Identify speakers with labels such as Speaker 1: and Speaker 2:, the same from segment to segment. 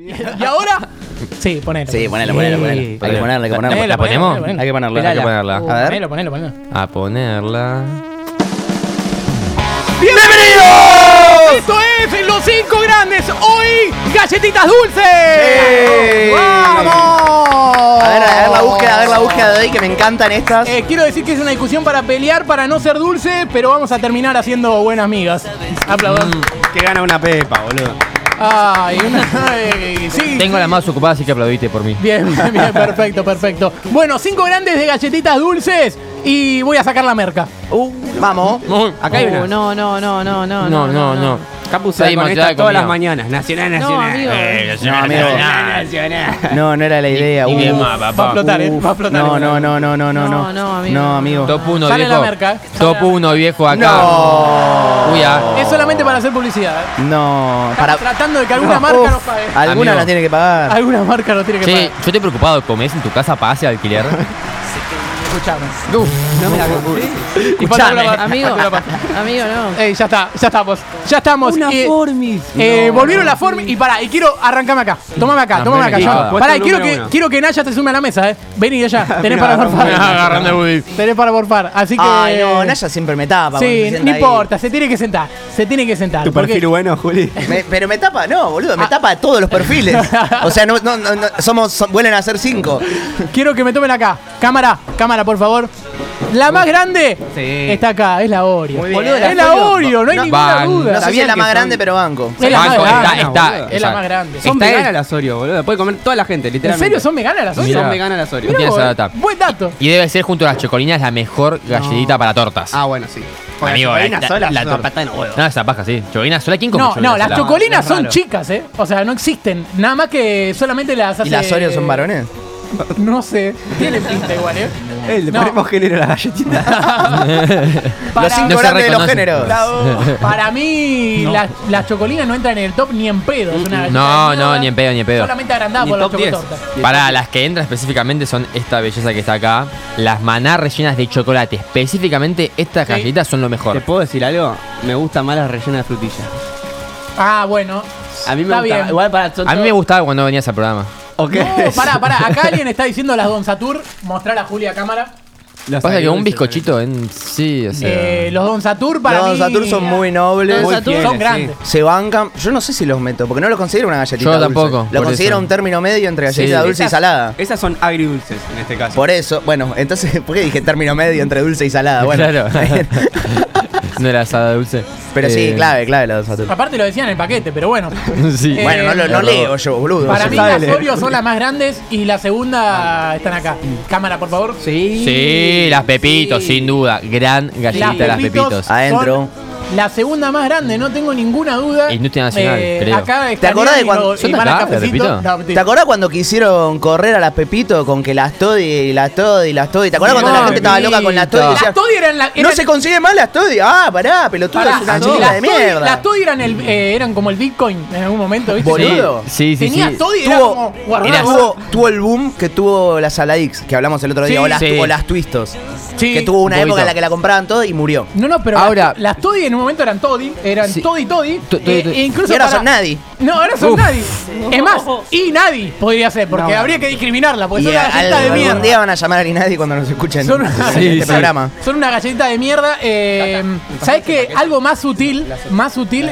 Speaker 1: ¿Y ahora?
Speaker 2: Sí, ponelo.
Speaker 3: Sí, ponelo, ponelo, ponelo. Hay
Speaker 2: Sí.
Speaker 3: que ponerla, hay
Speaker 2: Ponelo,
Speaker 3: que ponerla.
Speaker 2: ponelo,
Speaker 4: ¿La ponemos?
Speaker 2: ponelo, ponelo.
Speaker 3: Hay que ponerla.
Speaker 4: Hay que ponerla.
Speaker 3: A ver.
Speaker 2: Ponelo, ponelo, ponelo.
Speaker 4: A ponerla.
Speaker 3: ¡Bienvenidos!
Speaker 1: Esto es Los Cinco Grandes. Hoy, galletitas dulces.
Speaker 3: ¡Eh!
Speaker 1: ¡Vamos!
Speaker 3: A ver, a ver la
Speaker 5: Oh.
Speaker 3: búsqueda, a ver la búsqueda de ahí, que me encantan estas.
Speaker 2: Eh, quiero decir que es una discusión para pelear, para no ser dulce, pero vamos a terminar haciendo buenas migas. Aplaudan.
Speaker 3: Mm.
Speaker 5: Que gana una pepa, boludo.
Speaker 2: Ay, una- ay, sí.
Speaker 4: Tengo la más ocupada, así que aplaudiste por mí.
Speaker 2: Bien, bien, bien, perfecto, perfecto. Bueno, cinco grandes de galletitas dulces y voy a sacar la merca.
Speaker 3: Uh, vamos.
Speaker 5: Acá hay
Speaker 6: Uh,
Speaker 5: una.
Speaker 6: no, no, no, no,
Speaker 2: Oh,
Speaker 6: no,
Speaker 4: No, no, no.
Speaker 5: Capu
Speaker 4: Está
Speaker 5: se
Speaker 4: demasiado
Speaker 5: conecta
Speaker 4: de
Speaker 5: todas las
Speaker 4: comida.
Speaker 5: mañanas. Nacional,
Speaker 6: No,
Speaker 5: nacional.
Speaker 6: amigo.
Speaker 3: No, amigo.
Speaker 5: nacional.
Speaker 3: No, no era la idea.
Speaker 4: Ni- ni de
Speaker 3: Uh,
Speaker 4: más,
Speaker 2: Va a
Speaker 4: papá.
Speaker 2: explotar, ¿eh?
Speaker 3: uf.
Speaker 2: Va a explotar.
Speaker 3: No, no, no, no, no, no.
Speaker 6: No, no, amigo.
Speaker 3: No, amigo.
Speaker 4: Top 1,
Speaker 2: Sale
Speaker 4: viejo.
Speaker 2: la merca, eh.
Speaker 4: Top 1, viejo, acá.
Speaker 3: No.
Speaker 4: Uy, ah.
Speaker 2: Es solamente para hacer publicidad. eh.
Speaker 3: No.
Speaker 2: Estamos
Speaker 3: Para.
Speaker 2: tratando de que alguna marca
Speaker 3: Uf,
Speaker 2: nos pague.
Speaker 3: Alguna
Speaker 4: Amigo.
Speaker 3: la tiene que pagar.
Speaker 2: Alguna marca nos tiene que
Speaker 4: Che,
Speaker 2: pagar.
Speaker 4: yo estoy preocupado. ¿Comés en tu casa pase alquiler?
Speaker 2: Escuchame.
Speaker 4: Uf.
Speaker 2: Y falta la marca.
Speaker 6: Amigo, amigo, no.
Speaker 2: Ey, ya está, ya estamos. Ya estamos. eh,
Speaker 5: Formis.
Speaker 2: eh, volvieron las formas y pará, y quiero arrancarme acá. Tomame acá,
Speaker 4: No,
Speaker 2: tomame acá.
Speaker 4: me
Speaker 2: Joan.
Speaker 4: encanta.
Speaker 2: Pará, y
Speaker 5: Puesto
Speaker 2: quiero
Speaker 5: número
Speaker 2: que,
Speaker 5: uno.
Speaker 2: quiero que Naya te sume a la mesa, eh. Vení allá, tenés para morfar.
Speaker 4: Agarrando el budín.
Speaker 2: Tenés para morfar. Así que.
Speaker 3: Ay, no, Naya siempre me tapa. cuando se
Speaker 2: Sí,
Speaker 3: sienta
Speaker 2: no
Speaker 3: ahí.
Speaker 2: importa, se tiene que sentar. Se tiene que sentar.
Speaker 5: Tu
Speaker 2: porque-
Speaker 5: perfil bueno, Juli.
Speaker 3: Me- pero me tapa, no, boludo, me tapa todos los perfiles. O sea, no, no, no, no, somos, so- vuelven a ser cinco.
Speaker 2: Quiero que me tomen acá. Cámara, cámara, por favor. La más grande
Speaker 4: Sí.
Speaker 2: está acá, es la Oreo.
Speaker 3: Muy bien.
Speaker 2: Boludo,
Speaker 3: La
Speaker 2: es la
Speaker 3: Oreo-
Speaker 2: Oreo, no hay
Speaker 3: no,
Speaker 2: ninguna
Speaker 4: van,
Speaker 2: duda.
Speaker 3: No sé si es
Speaker 5: Sabían
Speaker 3: la
Speaker 5: que
Speaker 3: más grande,
Speaker 5: son-
Speaker 3: pero banco.
Speaker 2: Es la más
Speaker 4: Banco,
Speaker 2: grande,
Speaker 4: Ah, está- está-
Speaker 2: boludo. es la
Speaker 4: exacto.
Speaker 2: más grande.
Speaker 5: Son
Speaker 4: Está
Speaker 5: veganas
Speaker 4: él.
Speaker 5: las Oreo, boludo. La Puede comer toda la gente,
Speaker 2: ¿En
Speaker 5: literalmente.
Speaker 2: serio son veganas las Oreo?
Speaker 4: Mirá.
Speaker 5: Son veganas las Oreo.
Speaker 2: Mirá
Speaker 4: Tiene
Speaker 2: vos,
Speaker 4: esa data.
Speaker 2: Buen dato.
Speaker 4: Y debe ser junto a las chocolinas la mejor galletita para tortas.
Speaker 5: Ah, bueno, sí.
Speaker 4: Amigo, la-
Speaker 5: Porque las chocolinas
Speaker 4: la-
Speaker 5: solas
Speaker 4: la-
Speaker 5: son una patada en los huevos.
Speaker 4: No, esa paja, sí. Chocolina sola, ¿quién come
Speaker 2: No,
Speaker 4: chocolina
Speaker 2: no, las
Speaker 4: sola?
Speaker 2: chocolinas
Speaker 5: es
Speaker 2: son
Speaker 5: raro.
Speaker 2: chicas, ¿eh? O sea, no existen. Nada más que solamente las hace...
Speaker 3: ¿Y las Oreo son varones?
Speaker 2: No sé. Tienen pinta igual, ¿eh?
Speaker 5: Eh, le
Speaker 2: No.
Speaker 5: ponemos género a la galletita.
Speaker 3: Los
Speaker 4: No se
Speaker 3: cinco grandes de los
Speaker 4: reconocen.
Speaker 3: géneros.
Speaker 2: Para mí, las, las chocolinas no entran en el top ni en pedo. Es una
Speaker 4: Mm, No,
Speaker 2: galleta de
Speaker 4: no,
Speaker 2: mierda,
Speaker 4: ni en pedo, ni en pedo.
Speaker 2: Solamente agrandadas
Speaker 5: Ni
Speaker 2: por las
Speaker 5: top 10.
Speaker 2: chocotortas.
Speaker 4: Para las que entran específicamente son esta belleza que está acá. Las maná rellenas de chocolate. Específicamente estas
Speaker 2: Sí.
Speaker 4: galletitas son lo
Speaker 5: ¿Te
Speaker 4: mejor.
Speaker 5: puedo decir algo? Me gustan más las rellenas de frutillas.
Speaker 2: Ah, bueno.
Speaker 5: A mí me
Speaker 2: Está
Speaker 5: gusta.
Speaker 2: bien.
Speaker 5: Igual para son
Speaker 4: A mí me
Speaker 5: todo-
Speaker 4: gustaba cuando venías al programa.
Speaker 5: Ok.
Speaker 2: No, pará, pará. Acá alguien está diciendo las Don Satur. Mostrar a Julia a cámara.
Speaker 5: Los
Speaker 4: Pasa que un
Speaker 5: agridulces,
Speaker 4: bizcochito en sí, o sea.
Speaker 2: Eh, los Don Satur para
Speaker 3: los
Speaker 2: mí...
Speaker 3: Saturn son muy
Speaker 6: Los
Speaker 3: nobles.
Speaker 6: Don
Speaker 3: muy-
Speaker 5: Muy
Speaker 6: Saturn
Speaker 5: fieles,
Speaker 2: Son
Speaker 5: sí.
Speaker 2: grandes.
Speaker 3: Se bancan. Yo no sé si los meto, porque no lo considero una galletita
Speaker 4: Yo
Speaker 3: dulce.
Speaker 4: tampoco,
Speaker 3: Lo
Speaker 4: por
Speaker 3: considero
Speaker 4: eso.
Speaker 3: un término medio entre
Speaker 4: Sí.
Speaker 3: galletita dulce y
Speaker 5: Esas-
Speaker 3: salada.
Speaker 5: Esas son agridulces en este caso.
Speaker 3: Por eso, bueno, entonces, ¿por qué dije término medio entre dulce y salada? Bueno,
Speaker 4: Claro. no era asada dulce.
Speaker 3: pero sí,
Speaker 4: Eh,
Speaker 3: clave, clave los Saturn.
Speaker 2: Aparte lo decían en el paquete, pero bueno.
Speaker 4: sí.
Speaker 2: Eh,
Speaker 3: Bueno, no, lo, no
Speaker 4: Pero-
Speaker 3: leo yo, boludo.
Speaker 2: Para
Speaker 3: Sí.
Speaker 2: mí
Speaker 5: sabe
Speaker 2: las
Speaker 5: leer.
Speaker 2: Oreo son las más grandes y la segunda están acá. Cámara, por favor.
Speaker 5: Sí.
Speaker 4: Sí, las pepitos, sin duda. Gran galleta, las pepitos.
Speaker 2: son
Speaker 3: Adentro.
Speaker 2: La segunda más grande, no tengo ninguna duda. Eh,
Speaker 4: Industria Nacional, creo.
Speaker 2: Acá
Speaker 3: ¿Te acordás de cuando-
Speaker 4: ¿Son de acá, las Pepitos?
Speaker 3: ¿Te acordás cuando quisieron correr a las Pepito con que las Toddy y las Toddy y las Toddy? ¿Te acordás
Speaker 2: No,
Speaker 3: cuando la gente estaba
Speaker 2: Pepito.
Speaker 3: loca con las Toddy? y
Speaker 2: Las
Speaker 3: decía,
Speaker 2: Toddy eran la-
Speaker 3: No
Speaker 2: eran-
Speaker 3: se consigue más las Toddy. Ah, pará, pelotudo,
Speaker 2: Pará,
Speaker 3: es una
Speaker 2: las
Speaker 3: chiquita de
Speaker 2: Toddy-
Speaker 3: mierda.
Speaker 2: Las Toddy eran, el, eh, eran como el Bitcoin en algún momento, ¿viste?
Speaker 3: Boludo.
Speaker 4: Sí, sí,
Speaker 2: Tenías
Speaker 4: sí.
Speaker 2: Toddy, era como
Speaker 3: Tuvo,
Speaker 2: guardado.
Speaker 4: Era-
Speaker 3: tuvo, tuvo el boom que tuvo las Saladix, que hablamos el otro día,
Speaker 2: Sí,
Speaker 3: o, las,
Speaker 4: sí.
Speaker 3: o las Twistos.
Speaker 2: Sí.
Speaker 3: que tuvo una
Speaker 4: un
Speaker 3: época
Speaker 4: poquito.
Speaker 3: en la que la compraban todo y murió.
Speaker 2: No, no, pero
Speaker 4: Ahora-
Speaker 2: las, las Toddy en un momento eran Toddy, eran
Speaker 4: Sí.
Speaker 2: Toddy Toddy.
Speaker 4: To- Toddy,
Speaker 2: eh,
Speaker 4: Toddy.
Speaker 2: e incluso
Speaker 3: Y ahora
Speaker 2: para-
Speaker 3: son nadie.
Speaker 2: No, ahora son nadie. Es más, y nadie podría ser, porque habría que discriminarla, porque
Speaker 3: Y
Speaker 2: pues son una
Speaker 3: a- al-
Speaker 2: galleta de
Speaker 3: algún
Speaker 2: mierda.
Speaker 3: día van a llamar a Inadi cuando nos escuchen
Speaker 2: Son-
Speaker 3: en
Speaker 2: Sí,
Speaker 3: este
Speaker 4: sí.
Speaker 3: programa.
Speaker 2: Son una galletita de mierda. Eh, ¿Sabes qué? Algo más sutil, más sutil,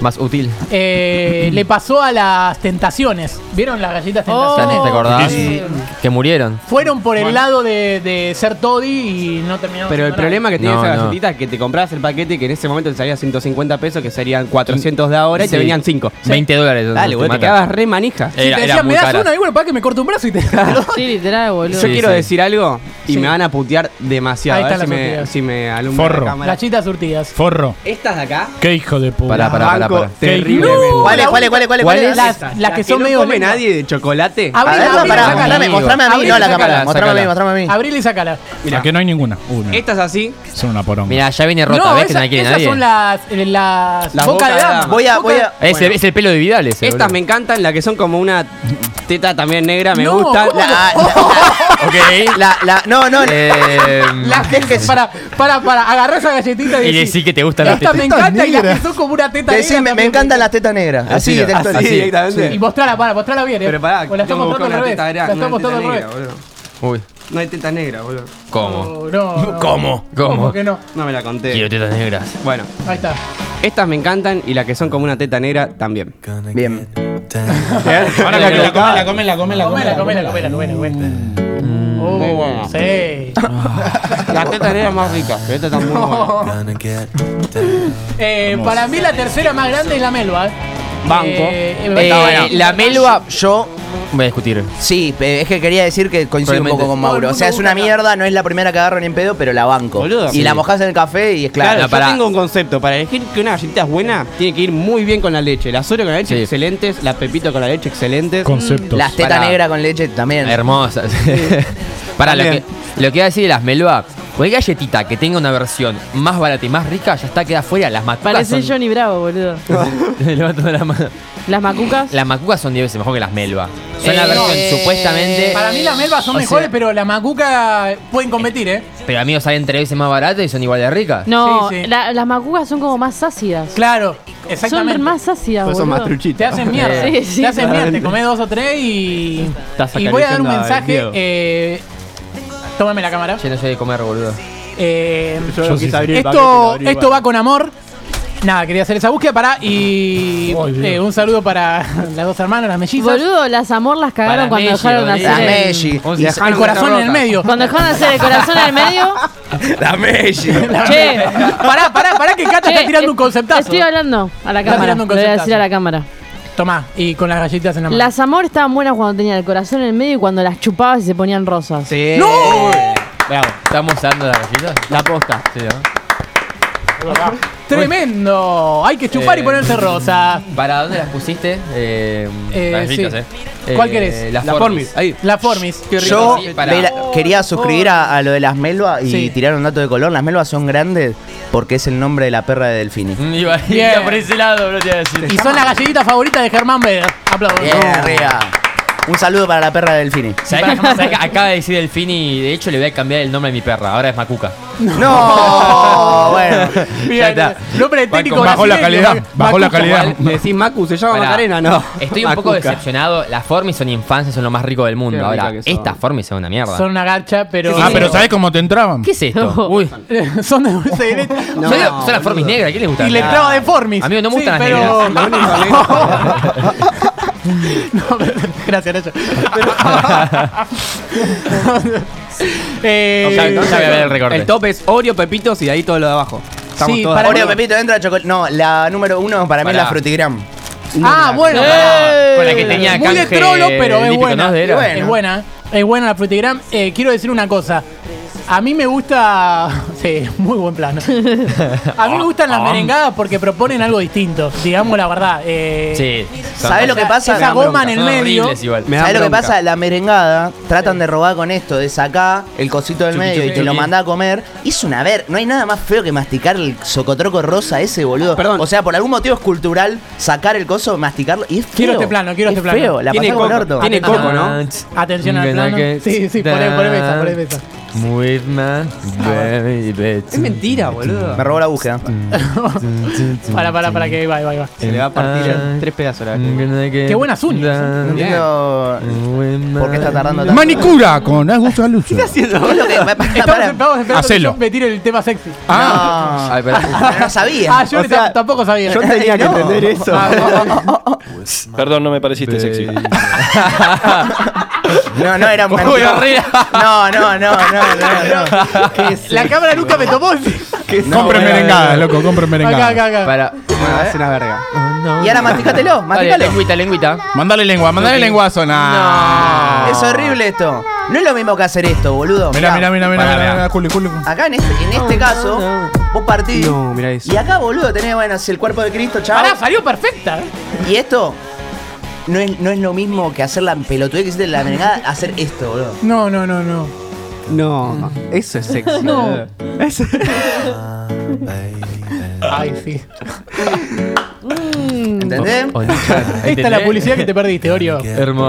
Speaker 4: Más útil.
Speaker 2: eh, le pasó a las tentaciones. ¿Vieron las galletas tentaciones?
Speaker 6: Oh.
Speaker 4: ¿Te acordás?
Speaker 2: Sí.
Speaker 4: este Que murieron.
Speaker 2: Fueron por el lado de, de ser Toddy y no terminaron.
Speaker 5: Pero el
Speaker 2: siendo nada.
Speaker 5: problema que tiene
Speaker 4: No,
Speaker 5: esa
Speaker 4: no.
Speaker 5: galletita es que te comprabas el paquete que en ese momento te salía 150 pesos, que serían 400 de ahora y te venían 5.
Speaker 4: 20 dólares.
Speaker 5: Dale,
Speaker 4: no
Speaker 5: boludo, te
Speaker 4: mata.
Speaker 5: quedabas re manija.
Speaker 2: Si
Speaker 4: Era,
Speaker 2: te
Speaker 4: era
Speaker 2: decían, me
Speaker 4: muy
Speaker 2: das
Speaker 4: cara.
Speaker 2: una, y bueno, para que me corto un brazo y te
Speaker 6: Sí, literal, boludo.
Speaker 5: Yo quiero
Speaker 4: sí.
Speaker 5: decir algo y
Speaker 2: Sí.
Speaker 5: me van a putear demasiado.
Speaker 2: Ahí
Speaker 5: a ver
Speaker 2: están
Speaker 5: si
Speaker 2: las
Speaker 5: me,
Speaker 2: puteadas.
Speaker 5: si me alumbra
Speaker 1: Forro.
Speaker 5: la cámara.
Speaker 2: Galletas surtidas.
Speaker 1: Forro.
Speaker 5: Estas de acá,
Speaker 1: Qué hijo de puta.
Speaker 4: Pará, pará, pará,
Speaker 5: banco
Speaker 4: pará.
Speaker 5: terriblemente.
Speaker 2: No.
Speaker 3: ¿Cuál es,
Speaker 2: la
Speaker 3: cuál es,
Speaker 2: única-
Speaker 3: cuál es, cuál es?
Speaker 2: ¿Cuál
Speaker 3: cuál
Speaker 2: es?
Speaker 3: es?
Speaker 2: Las- las que son
Speaker 5: no
Speaker 2: medio
Speaker 5: come
Speaker 2: lentas.
Speaker 5: nadie de chocolate.
Speaker 2: A
Speaker 3: A
Speaker 2: ver,
Speaker 3: ver,
Speaker 2: abrila,
Speaker 3: pará,
Speaker 2: sacala,
Speaker 3: mostrame,
Speaker 2: amigo.
Speaker 3: mostrame a mí,
Speaker 2: Abrila,
Speaker 3: no a la
Speaker 2: sacala,
Speaker 3: cámara, mostrame a mí,
Speaker 4: sacala.
Speaker 3: mostrame a mí.
Speaker 2: Abril y sácala.
Speaker 5: Mirá.
Speaker 1: Aquí no hay ninguna. Una.
Speaker 5: Estas así,
Speaker 1: Son una poronga.
Speaker 4: Mira, ya viene rota,
Speaker 2: no,
Speaker 4: ¿ves que
Speaker 2: esa-
Speaker 4: no quiere
Speaker 2: esas
Speaker 4: nadie?
Speaker 2: son las, eh, las,
Speaker 5: Las
Speaker 2: boca,
Speaker 5: boca
Speaker 2: de
Speaker 5: de
Speaker 2: dama.
Speaker 5: dama.
Speaker 3: Voy a,
Speaker 2: Boca-
Speaker 3: voy a.
Speaker 4: Es, el,
Speaker 3: bueno.
Speaker 4: es el pelo de Vidal ese.
Speaker 5: estas me
Speaker 4: boludo.
Speaker 5: encantan, las que son como una teta también negra, me
Speaker 2: No,
Speaker 5: gusta.
Speaker 2: ¿cómo
Speaker 5: La-
Speaker 3: ah, La, la- la- la- no, no,
Speaker 4: Eh,
Speaker 2: La gente, para, para, para, agarrar esa galletita y,
Speaker 4: y
Speaker 2: decís,
Speaker 4: decir que te gusta la
Speaker 2: Esta
Speaker 4: teta.
Speaker 2: me
Speaker 7: tetas
Speaker 2: encanta y la
Speaker 7: negras.
Speaker 2: pisó como una teta
Speaker 3: decime,
Speaker 2: negra
Speaker 3: me
Speaker 2: también.
Speaker 3: encantan las tetas negras. Así,
Speaker 4: Así,
Speaker 3: textual.
Speaker 5: Así
Speaker 4: Así.
Speaker 5: directamente.
Speaker 2: Y mostrala, para, mostrala bien, eh.
Speaker 5: Pero
Speaker 2: o
Speaker 5: pará,
Speaker 2: la
Speaker 5: tengo
Speaker 2: estamos
Speaker 5: que buscar
Speaker 2: mostrando al
Speaker 5: una
Speaker 2: revés.
Speaker 5: teta
Speaker 2: La
Speaker 5: grande,
Speaker 2: estamos
Speaker 5: una teta
Speaker 2: mostrando al revés.
Speaker 5: negra, boludo.
Speaker 4: Uy,
Speaker 5: No hay teta negra, boludo.
Speaker 4: ¿cómo?
Speaker 2: No, no.
Speaker 7: ¿Cómo?
Speaker 4: ¿Cómo?
Speaker 2: que no?
Speaker 5: No me la conté.
Speaker 4: Quiero tetas negras.
Speaker 5: Bueno,
Speaker 2: Ahí está.
Speaker 5: estas me encantan y las que son como una teta negra también.
Speaker 3: Bien.
Speaker 8: Ahora la, la come, la come, la come, la come.
Speaker 2: Comela, comela, comela, comela, comela.
Speaker 5: Mm. Muy buena.
Speaker 2: Sí. Eh,
Speaker 5: Las tetas negras más ricas, pero estas están muy buenas.
Speaker 2: Eh, para mí la tercera más grande es la melva. eh.
Speaker 5: Banco.
Speaker 2: Eh,
Speaker 4: Eh,
Speaker 2: bueno.
Speaker 4: la melva,
Speaker 3: Yo,
Speaker 4: voy a discutir.
Speaker 3: sí, pe- es que quería decir que coincido un
Speaker 4: Probablemente.
Speaker 3: poco con
Speaker 2: Todo el
Speaker 3: Mauro. O sea,
Speaker 2: mundo
Speaker 3: es una
Speaker 2: busca-
Speaker 3: mierda, no es la primera que agarro ni en pedo, pero la banco.
Speaker 5: Boludo,
Speaker 3: y
Speaker 5: sí.
Speaker 3: la mojás en el café y es
Speaker 5: Claro,
Speaker 3: clara.
Speaker 5: yo
Speaker 4: pará.
Speaker 5: tengo un concepto. Para elegir que una galletita es buena, tiene que ir muy bien con la leche. Las Oreo con la leche,
Speaker 4: Sí.
Speaker 5: excelentes. Las Pepito con la leche, excelentes.
Speaker 8: Conceptos.
Speaker 3: Las tetas
Speaker 5: Para-
Speaker 3: negras con leche también.
Speaker 4: Hermosas. Para lo que,
Speaker 5: También.
Speaker 4: lo que iba a decir de las melva, cualquier galletita que tenga una versión más barata y más rica, ya está, queda fuera. Las macucas
Speaker 6: Parece
Speaker 4: son...
Speaker 6: Johnny Bravo, boludo.
Speaker 4: Levanto la mano.
Speaker 6: Las macucas.
Speaker 4: Las macucas son 10 veces mejor que las melva. Son la
Speaker 2: Eh,
Speaker 4: versión supuestamente...
Speaker 2: Para mí las melvas son
Speaker 4: O
Speaker 2: mejores,
Speaker 4: sea,
Speaker 2: pero la macuca pueden competir, ¿eh?
Speaker 4: Pero amigos salen tres veces más baratas y son igual de ricas.
Speaker 6: No,
Speaker 2: Sí, sí.
Speaker 6: la- las macucas son como más ácidas.
Speaker 2: Claro, exactamente.
Speaker 6: Son más ácidas,
Speaker 5: Pues
Speaker 6: boludo.
Speaker 5: son más
Speaker 2: Te
Speaker 5: truchitas.
Speaker 2: hacen mierda.
Speaker 6: Sí, sí,
Speaker 2: te hacen mierda. Te
Speaker 5: claramente.
Speaker 2: comés dos o tres y.
Speaker 5: Estás
Speaker 2: Y voy a dar un
Speaker 5: acariciando a
Speaker 2: mensaje.
Speaker 5: Diego.
Speaker 2: Eh, tómame la cámara.
Speaker 4: Che, no soy de comer, boludo.
Speaker 2: Eh,
Speaker 8: Yo sí sé.
Speaker 2: esto, esto va con amor. Nada, quería hacer esa búsqueda para. Y
Speaker 8: Ay, Dios.
Speaker 2: eh, un saludo para las dos hermanas, las mellizas.
Speaker 6: Boludo, las amor las
Speaker 4: Para
Speaker 6: cagaron cuando
Speaker 4: Messi,
Speaker 6: dejaron
Speaker 4: boludo.
Speaker 3: Las
Speaker 6: hacer. el-
Speaker 3: Messi.
Speaker 2: El corazón en el medio.
Speaker 6: Cuando dejaron hacer el corazón al medio.
Speaker 3: La Messi.
Speaker 6: che,
Speaker 2: Pará, pará, pará, que Cata
Speaker 6: che,
Speaker 2: está tirando
Speaker 6: eh,
Speaker 2: un conceptazo.
Speaker 6: Estoy hablando a la
Speaker 2: Está
Speaker 6: cámara.
Speaker 2: tirando un
Speaker 6: Lo voy a decir
Speaker 2: conceptazo.
Speaker 6: a la cámara.
Speaker 2: Tomá, y con las galletas en la mano.
Speaker 6: Las amor estaban buenas cuando tenían el corazón en el medio y cuando las chupabas y se ponían rosas.
Speaker 5: Sí.
Speaker 2: ¡No!
Speaker 5: Bravo.
Speaker 4: ¿Estamos usando las galletas?
Speaker 5: La posta.
Speaker 4: Sí, ¿no?
Speaker 2: Tremendo. Hay que chupar y
Speaker 4: Eh,
Speaker 2: ponerse rosa.
Speaker 4: ¿Para dónde las pusiste? Eh,
Speaker 2: Eh,
Speaker 4: las galletas,
Speaker 2: sí.
Speaker 4: eh.
Speaker 2: ¿Cuál
Speaker 4: Eh,
Speaker 2: querés?
Speaker 4: Las
Speaker 5: La
Speaker 4: formis.
Speaker 5: Formis. Ahí.
Speaker 2: La formis.
Speaker 3: Yo
Speaker 4: Sí, para-
Speaker 3: me la- quería suscribir a, a lo de las melvas y
Speaker 2: Sí.
Speaker 3: tirar un dato de color. Las melvas son grandes porque es el nombre de la perra de Delfini.
Speaker 4: Mm, Iba
Speaker 2: Bien.
Speaker 4: iba por ese lado, bro, te iba a decir.
Speaker 2: Y son las galletitas favoritas de Germán Beder. Aplausos.
Speaker 3: Bien, arriba. Un saludo para la perra de Delfini.
Speaker 4: ¿Sabés, sabés que acaba de decir Delfini y de hecho le voy a cambiar el nombre a mi perra? Ahora es Macuca.
Speaker 3: No, bueno.
Speaker 4: Ya
Speaker 2: Bien, eh,
Speaker 4: está.
Speaker 2: nombre técnico
Speaker 7: Bajó la
Speaker 2: brasileño.
Speaker 7: calidad, bajó la calidad.
Speaker 5: Le decís Macu, se llama
Speaker 4: Pará.
Speaker 5: Macarena, no.
Speaker 4: Estoy un poco
Speaker 5: Macuca.
Speaker 4: decepcionado. Las formis son infancia, son lo más rico del mundo.
Speaker 5: Qué
Speaker 4: Ahora,
Speaker 5: rica que son.
Speaker 4: estas formis son una mierda.
Speaker 2: Son una garcha, pero.
Speaker 7: Ah, pero ¿sabés cómo te entraban?
Speaker 4: ¿Qué es esto? Uy.
Speaker 2: son de dulce de leche.
Speaker 5: No,
Speaker 4: son, las- son las formis negras, ¿qué les gusta?
Speaker 2: Y le traba de formis.
Speaker 4: Ah, Amigo, no me
Speaker 2: Sí,
Speaker 4: gustan las
Speaker 2: pero...
Speaker 5: Lo único negro-
Speaker 2: No, pero- Gracias, Nacho. Pero- Eh,
Speaker 4: Ya- ya voy a ver el recorte.
Speaker 5: El top es Oreo, Pepitos y de ahí todo lo de abajo. Estamos
Speaker 2: Sí,
Speaker 5: todos
Speaker 2: para-
Speaker 5: de
Speaker 3: Oreo,
Speaker 5: acuerdo.
Speaker 3: Pepito, entra chocolate. No, la número uno para mí es
Speaker 4: Pará.
Speaker 3: la frutigram.
Speaker 2: Ah, bueno.
Speaker 4: Con la que tenía
Speaker 2: Muy de
Speaker 4: canje
Speaker 2: trolo, pero es
Speaker 4: lípico,
Speaker 2: buena.
Speaker 4: ¿no?
Speaker 2: Es
Speaker 4: Era.
Speaker 2: buena. Es buena, es buena la frutigram. Eh, quiero decir una cosa. A mí me gusta. Sí, muy buen plano. A mí
Speaker 4: Ah,
Speaker 2: me gustan las merengadas porque proponen algo distinto. Digamos la verdad. Eh,
Speaker 4: Sí. son-
Speaker 3: ¿Sabés lo que pasa?
Speaker 2: Esa
Speaker 3: Me da
Speaker 2: goma en el
Speaker 4: son
Speaker 2: medio.
Speaker 4: horribles igual.
Speaker 5: Me da
Speaker 3: ¿Sabes lo que
Speaker 5: bronca.
Speaker 3: pasa? La merengada tratan de robar con esto, de sacar el cosito del
Speaker 4: Chuqui,
Speaker 3: medio y
Speaker 4: chuqui,
Speaker 3: te lo
Speaker 4: chuqui.
Speaker 3: manda a comer. Es una ver, no hay nada más feo que masticar el socotroco rosa ese, boludo.
Speaker 5: Perdón.
Speaker 3: O sea, por algún motivo es cultural sacar el coso, masticarlo y es feo.
Speaker 2: Quiero este plano, quiero
Speaker 3: Es
Speaker 2: este plano.
Speaker 3: Feo, la
Speaker 5: Tiene
Speaker 3: pasamos con
Speaker 5: coco,
Speaker 3: orto.
Speaker 4: Ah,
Speaker 5: tiene coco, ¿no?
Speaker 2: Atención al plano. Sí, sí, poneme- poneme esa, poneme esa. Ah,
Speaker 4: With my baby
Speaker 5: Es mentira, boludo.
Speaker 3: Me robó la búsqueda.
Speaker 2: Para, para, para que ahí va, ahí va, ahí va.
Speaker 5: Se le va a partir en tres pedazos la
Speaker 4: I'm gonna get
Speaker 2: Qué buenas uñas. ¿eh?
Speaker 3: No entiendo por qué está tardando tanto.
Speaker 7: Manicura con Agus Aluso.
Speaker 3: Es lo que- pa- pa-
Speaker 2: Estamos,
Speaker 3: para.
Speaker 2: estamos esperando
Speaker 7: Hacelo.
Speaker 2: que yo me tire el tema sexy.
Speaker 3: No.
Speaker 5: Ah.
Speaker 4: Ay, pará.
Speaker 3: Pero no sabía.
Speaker 2: Ah, yo
Speaker 5: o sea,
Speaker 2: tampoco sabía.
Speaker 5: Yo tenía que entender eso.
Speaker 4: Ah,
Speaker 8: Perdón, no me pareciste sexy.
Speaker 3: No, no, era un
Speaker 4: Uy,
Speaker 3: manicura.
Speaker 4: horrible.
Speaker 3: No, no, no, no, no, no. ¿Qué es?
Speaker 2: La cámara nunca me tomó.
Speaker 7: compre
Speaker 5: bueno,
Speaker 7: merengadas, loco, compre
Speaker 2: Acá, acá,
Speaker 7: merengadas.
Speaker 2: acá.
Speaker 4: Para.
Speaker 5: Es una verga.
Speaker 3: Y ahora masticatelo,
Speaker 4: Dale,
Speaker 3: masticalo.
Speaker 4: lengüita, lengüita.
Speaker 7: Mandale lengua, mandale lengua zona.
Speaker 3: Es horrible esto. No es lo mismo que hacer esto, boludo.
Speaker 7: Mirá, mirá,
Speaker 3: Mirá.
Speaker 7: mirá, mirá,
Speaker 4: Pará,
Speaker 7: mirá,
Speaker 4: mirá.
Speaker 7: mirá, Juli, Juli.
Speaker 3: Acá en este, en este caso, vos partís.
Speaker 5: No, mirá eso.
Speaker 3: Y acá, boludo, tenés, bueno, así el cuerpo de Cristo,
Speaker 2: Pará,
Speaker 3: chaval.
Speaker 2: salió perfecta.
Speaker 3: Y esto no es, no es lo mismo que hacer la pelotudez que hiciste en la merengada, hacer esto, boludo.
Speaker 2: No, no, no, no.
Speaker 5: No, eso es sexy.
Speaker 2: No.
Speaker 5: boludo. Eso-
Speaker 2: Ay, sí.
Speaker 6: un.
Speaker 3: ¿Entendés?
Speaker 4: Oh,
Speaker 2: Esta es la publicidad que te perdiste, Orio.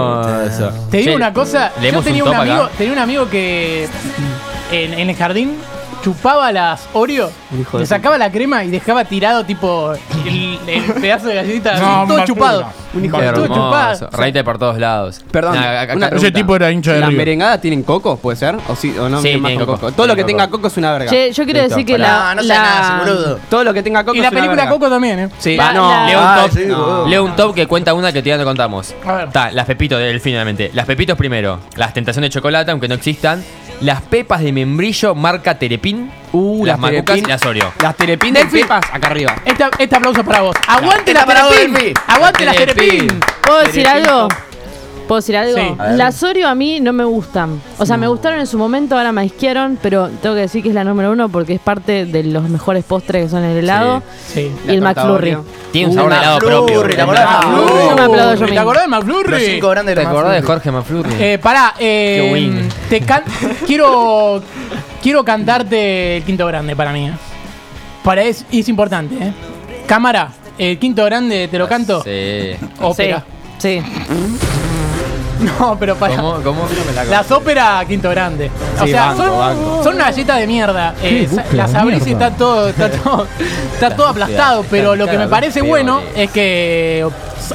Speaker 4: Hermoso.
Speaker 2: Te digo
Speaker 4: Che,
Speaker 2: una cosa, yo
Speaker 4: leemos
Speaker 2: tenía un,
Speaker 4: top acá.
Speaker 2: amigo, tenía un amigo que en, en el jardín chupaba las Oreo,
Speaker 4: Hijo de
Speaker 2: le sacaba la crema y dejaba tirado tipo el, el pedazo de galletita, así, todo
Speaker 7: No, basura.
Speaker 2: chupado.
Speaker 5: Un hijo
Speaker 2: Todo
Speaker 5: de
Speaker 4: Hermoso.
Speaker 2: chupado.
Speaker 4: Reite por todos lados.
Speaker 5: Perdón,
Speaker 4: Nah, acá
Speaker 5: una-
Speaker 4: pregunta.
Speaker 7: Ese tipo era hincha de
Speaker 5: ¿Las
Speaker 7: River.
Speaker 5: merengadas tienen coco? ¿Puede ser? ¿O, sí, o no?
Speaker 4: Sí,
Speaker 5: tienen más
Speaker 4: tienen
Speaker 5: con
Speaker 4: coco.
Speaker 5: Todo lo que
Speaker 4: Tienen
Speaker 5: tenga
Speaker 4: coco.
Speaker 5: coco es una verga.
Speaker 6: Che, yo quiero
Speaker 4: Listo,
Speaker 6: decir
Speaker 3: No,
Speaker 6: que la.
Speaker 3: no
Speaker 6: la-
Speaker 3: seas nazi, boludo.
Speaker 5: Todo lo que tenga coco
Speaker 2: Y
Speaker 5: es
Speaker 2: la
Speaker 5: una
Speaker 2: película
Speaker 5: verga.
Speaker 2: Coco también, ¿eh?
Speaker 5: Sí.
Speaker 6: La-
Speaker 5: Ah, no.
Speaker 6: la-
Speaker 4: Leo un,
Speaker 3: Ah,
Speaker 4: top,
Speaker 3: sí, boludo.
Speaker 4: leo un top que cuenta una que todavía no contamos.
Speaker 2: A ver.
Speaker 4: Ta, las pepitos del fin, obviamente. Las pepitos primero. Las tentaciones de chocolate, aunque no existan. Las pepas de membrillo marca Terepin.
Speaker 5: Uh,
Speaker 4: las macucas y
Speaker 5: terepin-
Speaker 4: las Oreo.
Speaker 5: Las terepines
Speaker 2: Delphi.
Speaker 5: y pipas acá arriba.
Speaker 2: Esta, este aplauso para vos. ¡Aguante
Speaker 3: Esta
Speaker 2: la
Speaker 3: para vos,
Speaker 2: Terepin!
Speaker 3: Delphi.
Speaker 2: ¡Aguante la
Speaker 4: Terepin.
Speaker 2: Terepin!
Speaker 6: ¿Puedo decir algo? ¿Puedo decir algo?
Speaker 2: Sí.
Speaker 3: A ver.
Speaker 6: Las Oreo a mí no me gustan. O sea, me gustaron en su momento, ahora me asquearon, pero tengo que decir que es la número uno porque es parte de los mejores postres que son el helado
Speaker 2: Sí.
Speaker 6: y el
Speaker 5: La torta
Speaker 6: McFlurry.
Speaker 5: Oreo.
Speaker 4: Tiene un sabor de helado
Speaker 3: McFlurry,
Speaker 4: propio.
Speaker 3: ¿te acordás?
Speaker 4: Ah,
Speaker 3: McFlurry.
Speaker 6: Yo me aplaudo yo
Speaker 2: ¿Te
Speaker 6: mismo.
Speaker 2: acordás de
Speaker 3: Los
Speaker 2: McFlurry?
Speaker 3: cinco grandes
Speaker 4: ¿Te
Speaker 3: de
Speaker 4: acordás de
Speaker 3: Manfredi.
Speaker 4: Jorge Manflurri?
Speaker 2: Eh, pará,
Speaker 4: Qué
Speaker 2: eh,
Speaker 4: win.
Speaker 2: te can- quiero, quiero cantarte el quinto grande para mí. eh. Para es, es importante, ¿eh? Cámara, el quinto grande te lo canto.
Speaker 4: Ah, Sí.
Speaker 2: Ópera.
Speaker 6: Sí.
Speaker 2: No, pero para.
Speaker 4: ¿Cómo? ¿Cómo?
Speaker 2: Las óperas quinto grande. o
Speaker 5: Sí,
Speaker 2: sea,
Speaker 5: banco,
Speaker 2: son,
Speaker 5: banco.
Speaker 2: son una galleta de mierda. Eh, sa- las abrís y está todo, está todo, está todo aplastado.
Speaker 4: Están
Speaker 2: Pero lo que me
Speaker 4: caras,
Speaker 2: parece
Speaker 4: peores.
Speaker 2: bueno es que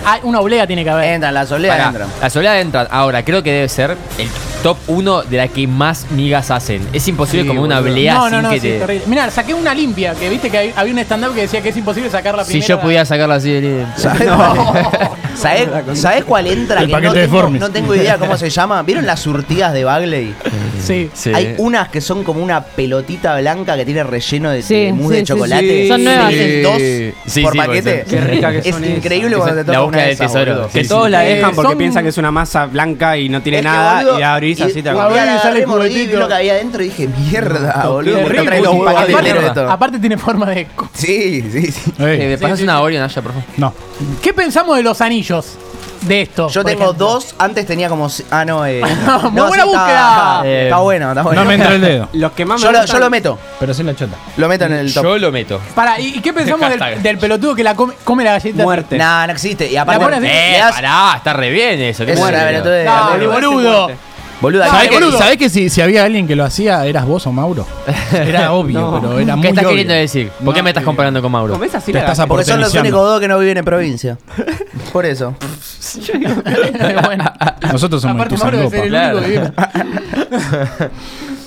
Speaker 2: hay- una oblea tiene que haber.
Speaker 3: Entran, la solea
Speaker 4: Pará,
Speaker 3: entran.
Speaker 4: la soleada entra. Ahora, creo que debe ser el top 1 de la que más migas hacen. Es imposible como una blea
Speaker 2: No,
Speaker 4: sin
Speaker 2: no, no,
Speaker 4: que
Speaker 2: sí,
Speaker 4: te-
Speaker 2: terrible. Mirá, saqué una limpia, que viste que hay- había un stand-up que decía que es imposible sacar la
Speaker 4: Si
Speaker 2: primera.
Speaker 4: yo pudiera sacarla así de líder.
Speaker 3: ¿Sabés, ¿Sabés- sabés cuál entra?
Speaker 7: El
Speaker 3: Que
Speaker 7: paquete
Speaker 3: no,
Speaker 7: de
Speaker 3: tengo,
Speaker 7: Formis.
Speaker 3: no tengo idea cómo se llama. ¿Vieron las surtidas de Bagley?
Speaker 2: Sí.
Speaker 3: Hay unas que son como una pelotita blanca que tiene relleno de,
Speaker 6: Sí,
Speaker 3: de mousse
Speaker 6: sí,
Speaker 3: de
Speaker 6: sí,
Speaker 3: chocolate.
Speaker 6: sí. Son nuevas,
Speaker 3: Tienen
Speaker 7: sí.
Speaker 3: Dos
Speaker 4: Sí,
Speaker 3: por
Speaker 4: sí,
Speaker 3: paquete.
Speaker 4: puede ser. Qué
Speaker 5: ricas que
Speaker 3: es
Speaker 5: son esas.
Speaker 3: increíble cuando te
Speaker 4: La
Speaker 3: toca una
Speaker 4: búsqueda
Speaker 3: de
Speaker 4: del
Speaker 3: esas,
Speaker 4: tesoro.
Speaker 3: boludo.
Speaker 4: Sí,
Speaker 5: Que
Speaker 4: sí.
Speaker 5: todos la
Speaker 2: Eh,
Speaker 5: dejan porque
Speaker 2: son-
Speaker 5: piensan que es una masa blanca y no tiene
Speaker 3: Es que,
Speaker 5: nada.
Speaker 3: boludo,
Speaker 5: y la abrís
Speaker 3: y
Speaker 5: así te
Speaker 3: un
Speaker 5: acordás.
Speaker 3: día la
Speaker 2: Y sale
Speaker 3: agarré, mordí y vi
Speaker 2: cubetito.
Speaker 3: lo que había adentro y dije, mierda, boludo. ¿por qué
Speaker 2: Terrible,
Speaker 3: traes dos
Speaker 2: sí,
Speaker 3: paquetes
Speaker 2: aparte-
Speaker 3: enteros Ah, de esto?
Speaker 2: Aparte tiene forma de. co-
Speaker 3: Sí, sí, sí.
Speaker 4: Eh,
Speaker 7: Ey,
Speaker 4: ¿Me pasas una Oreo, Naya, por favor?
Speaker 7: No.
Speaker 2: ¿Qué pensamos de los anillos de esto?
Speaker 3: Yo
Speaker 2: por
Speaker 3: tengo
Speaker 2: ejemplo?
Speaker 3: dos, antes tenía como... si- Ah, no, eh...
Speaker 2: Muy
Speaker 3: no,
Speaker 2: buena
Speaker 3: sí,
Speaker 2: búsqueda.
Speaker 3: Está, está bueno, está bueno.
Speaker 7: No me entra el dedo.
Speaker 5: Los que más Ah, me
Speaker 3: yo, lo,
Speaker 5: gustan-
Speaker 3: yo lo meto,
Speaker 7: Pero sin la chota.
Speaker 3: lo meto en el top.
Speaker 4: lo meto.
Speaker 2: Pará, ¿y y qué pensamos del,
Speaker 4: Hashtag.
Speaker 2: del pelotudo que la come, come la galleta?
Speaker 5: Muerte.
Speaker 3: Nah, no existe. Y aparte,
Speaker 2: pones así,
Speaker 3: le
Speaker 4: Eh,
Speaker 3: das-
Speaker 4: pará, está re bien eso. qué
Speaker 3: Es
Speaker 4: sé
Speaker 3: una
Speaker 4: yo.
Speaker 3: pelotuda de-
Speaker 2: Dale,
Speaker 3: boludo.
Speaker 2: boludo.
Speaker 3: Boludo,
Speaker 2: Dale,
Speaker 3: ¿sabés
Speaker 7: ¿Sabés
Speaker 3: qué?
Speaker 7: que,
Speaker 2: boludo.
Speaker 7: sabés que si, si había alguien que lo hacía, eras vos o Mauro? Era obvio, pero era muy
Speaker 4: ¿Qué estás
Speaker 7: obvio.
Speaker 4: queriendo decir? ¿Por qué me estás comparando con Mauro?
Speaker 5: ¿Comés así
Speaker 7: Te
Speaker 5: la
Speaker 7: estás
Speaker 5: galleta?
Speaker 3: Porque son los
Speaker 7: Porteniciano.
Speaker 3: únicos dos que no viven en provincia. Por eso.
Speaker 2: bueno,
Speaker 7: Nosotros somos
Speaker 2: aparte
Speaker 7: tus
Speaker 2: Mauro debe ser el único que vive.